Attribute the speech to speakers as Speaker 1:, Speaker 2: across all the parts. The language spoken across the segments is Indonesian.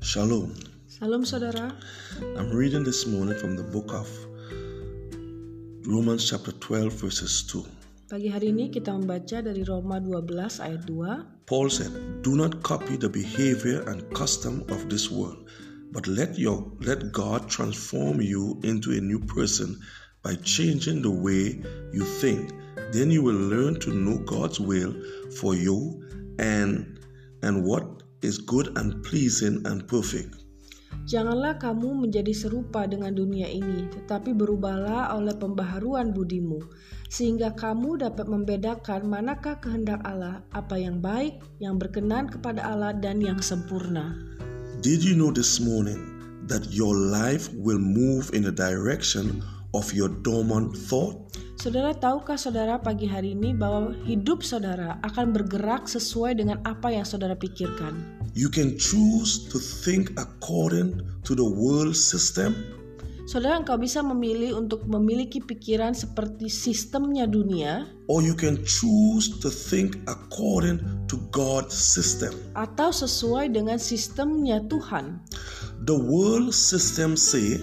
Speaker 1: Shalom.
Speaker 2: Salam saudara,
Speaker 1: I'm reading this morning from the book of Romans, chapter 12, verses 2.
Speaker 2: pagi hari ini kita membaca dari Roma 12 ayat 2.
Speaker 1: Paul said, Do not copy the behavior and custom of this world, but let, your, let God transform you into a new person by changing the way you think. Then you will learn to know God's will for you and, and what is good and pleasing and perfect.
Speaker 2: Janganlah kamu menjadi serupa dengan dunia ini, tetapi berubahlah oleh pembaharuan budimu, sehingga kamu dapat membedakan manakah kehendak Allah, apa yang baik, yang berkenan kepada Allah, dan yang sempurna.
Speaker 1: Did you know this morning that your life will move in the direction of your dormant thought?
Speaker 2: Saudara, tahukah saudara pagi hari ini bahwa hidup saudara akan bergerak sesuai dengan apa yang saudara pikirkan?
Speaker 1: You can choose to think according to the world system
Speaker 2: Saudara, engkau bisa memilih untuk memiliki pikiran seperti sistemnya dunia,
Speaker 1: or you can choose to think according to God's system.
Speaker 2: atau sesuai dengan sistemnya Tuhan.
Speaker 1: The world system say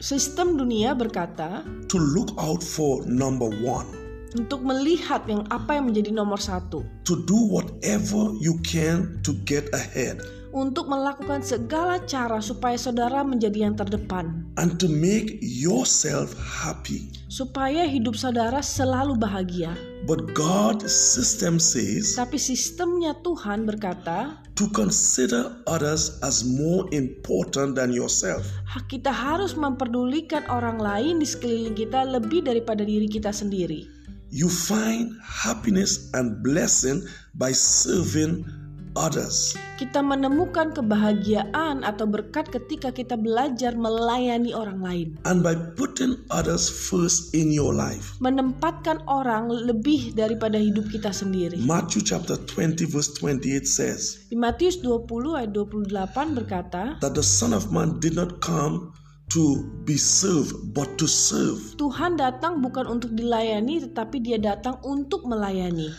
Speaker 2: Sistem dunia berkata
Speaker 1: to look out for number 1,
Speaker 2: untuk melihat yang apa yang menjadi nomor satu,
Speaker 1: to do whatever you can to get ahead
Speaker 2: untuk melakukan segala cara supaya saudara menjadi yang terdepan,
Speaker 1: and to make yourself happy.
Speaker 2: supaya hidup saudara selalu bahagia.
Speaker 1: But God's system says
Speaker 2: Tapi sistemnya Tuhan berkata,
Speaker 1: to consider others as more important than yourself.
Speaker 2: "Ha, kita harus memperdulikan orang lain di sekeliling kita lebih daripada diri kita sendiri.
Speaker 1: You find happiness and blessing by serving others.
Speaker 2: Kita menemukan kebahagiaan atau berkat ketika kita belajar melayani orang lain.
Speaker 1: And by putting others first in your life.
Speaker 2: menempatkan orang lebih daripada hidup kita sendiri.
Speaker 1: Matthew chapter 20, verse 28 says
Speaker 2: Di Matius 20 ayat 28 berkata,
Speaker 1: that the Son of Man did not come to be served, but to serve.
Speaker 2: Tuhan datang bukan untuk dilayani tetapi dia datang untuk melayani.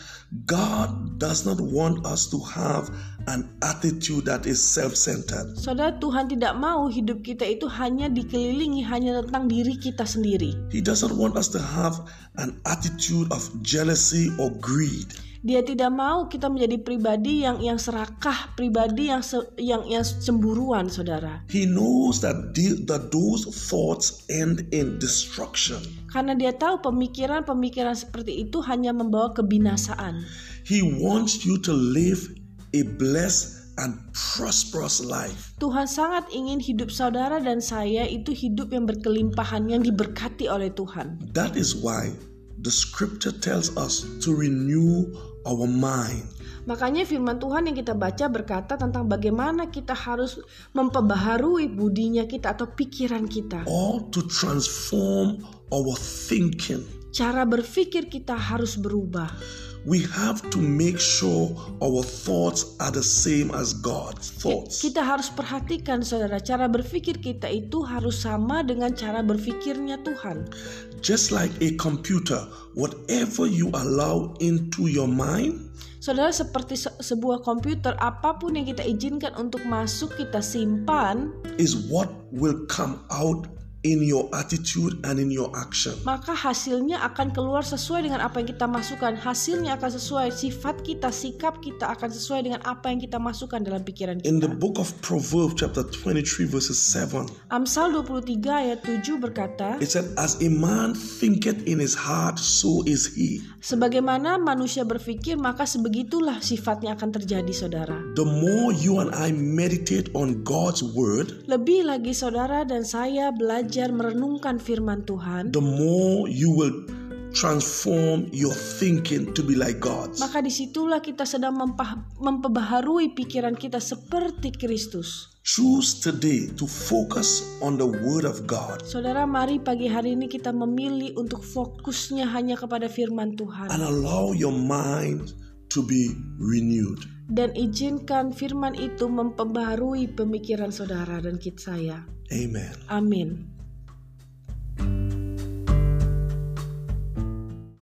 Speaker 1: God does not want us to have an attitude that is self centered.
Speaker 2: Saudara Tuhan tidak mau hidup kita itu hanya dikelilingi hanya tentang diri kita sendiri.
Speaker 1: He doesn't want us to have an attitude of jealousy or greed.
Speaker 2: Dia tidak mau kita menjadi pribadi yang yang serakah, pribadi yang se- yang yang cemburuan, Saudara.
Speaker 1: He knows that, the, that those thoughts end in destruction.
Speaker 2: Karena dia tahu pemikiran-pemikiran seperti itu hanya membawa kebinasaan.
Speaker 1: He wants you to live a blessed and prosperous life.
Speaker 2: Tuhan sangat ingin hidup saudara dan saya itu hidup yang berkelimpahan yang diberkati oleh Tuhan.
Speaker 1: That is why the scripture tells us to renew our mind.
Speaker 2: Makanya firman Tuhan yang kita baca berkata tentang bagaimana kita harus memperbaharui budinya kita atau pikiran kita.
Speaker 1: or to transform our thinking.
Speaker 2: Cara berpikir kita harus berubah.
Speaker 1: We have to make sure our thoughts are the same as God's thoughts.
Speaker 2: Kita harus perhatikan saudara, cara berpikir kita itu harus sama dengan cara berpikirnya Tuhan.
Speaker 1: Just like a computer, whatever you allow into your mind,
Speaker 2: Saudara seperti se- sebuah komputer, apapun yang kita izinkan untuk masuk kita simpan,
Speaker 1: is what will come out in your attitude and in your action.
Speaker 2: maka hasilnya akan keluar sesuai dengan apa yang kita masukkan. Hasilnya akan sesuai sifat kita, sikap kita akan sesuai dengan apa yang kita masukkan dalam pikiran
Speaker 1: In the
Speaker 2: kita.
Speaker 1: book of Proverbs, chapter 23, verses 7,
Speaker 2: Amsal 23 ayat 7 berkata,
Speaker 1: it said, As a man thinketh in his heart, so is he.
Speaker 2: Sebagaimana manusia berpikir, maka sebegitulah sifatnya akan terjadi, saudara.
Speaker 1: The more you and I meditate on God's word,
Speaker 2: Lebih lagi saudara dan saya belajar merenungkan firman Tuhan,
Speaker 1: the more you will transform your thinking to be like God's.
Speaker 2: maka disitulah kita sedang mempah- memperbaharui pikiran kita seperti Kristus.
Speaker 1: Choose today to focus on the Word of God
Speaker 2: Saudara, mari pagi hari ini kita memilih untuk fokusnya hanya kepada firman Tuhan
Speaker 1: and allow your mind to be renewed.
Speaker 2: dan izinkan firman itu memperbarui pemikiran saudara dan kita saya.
Speaker 1: Amen.
Speaker 2: Amin.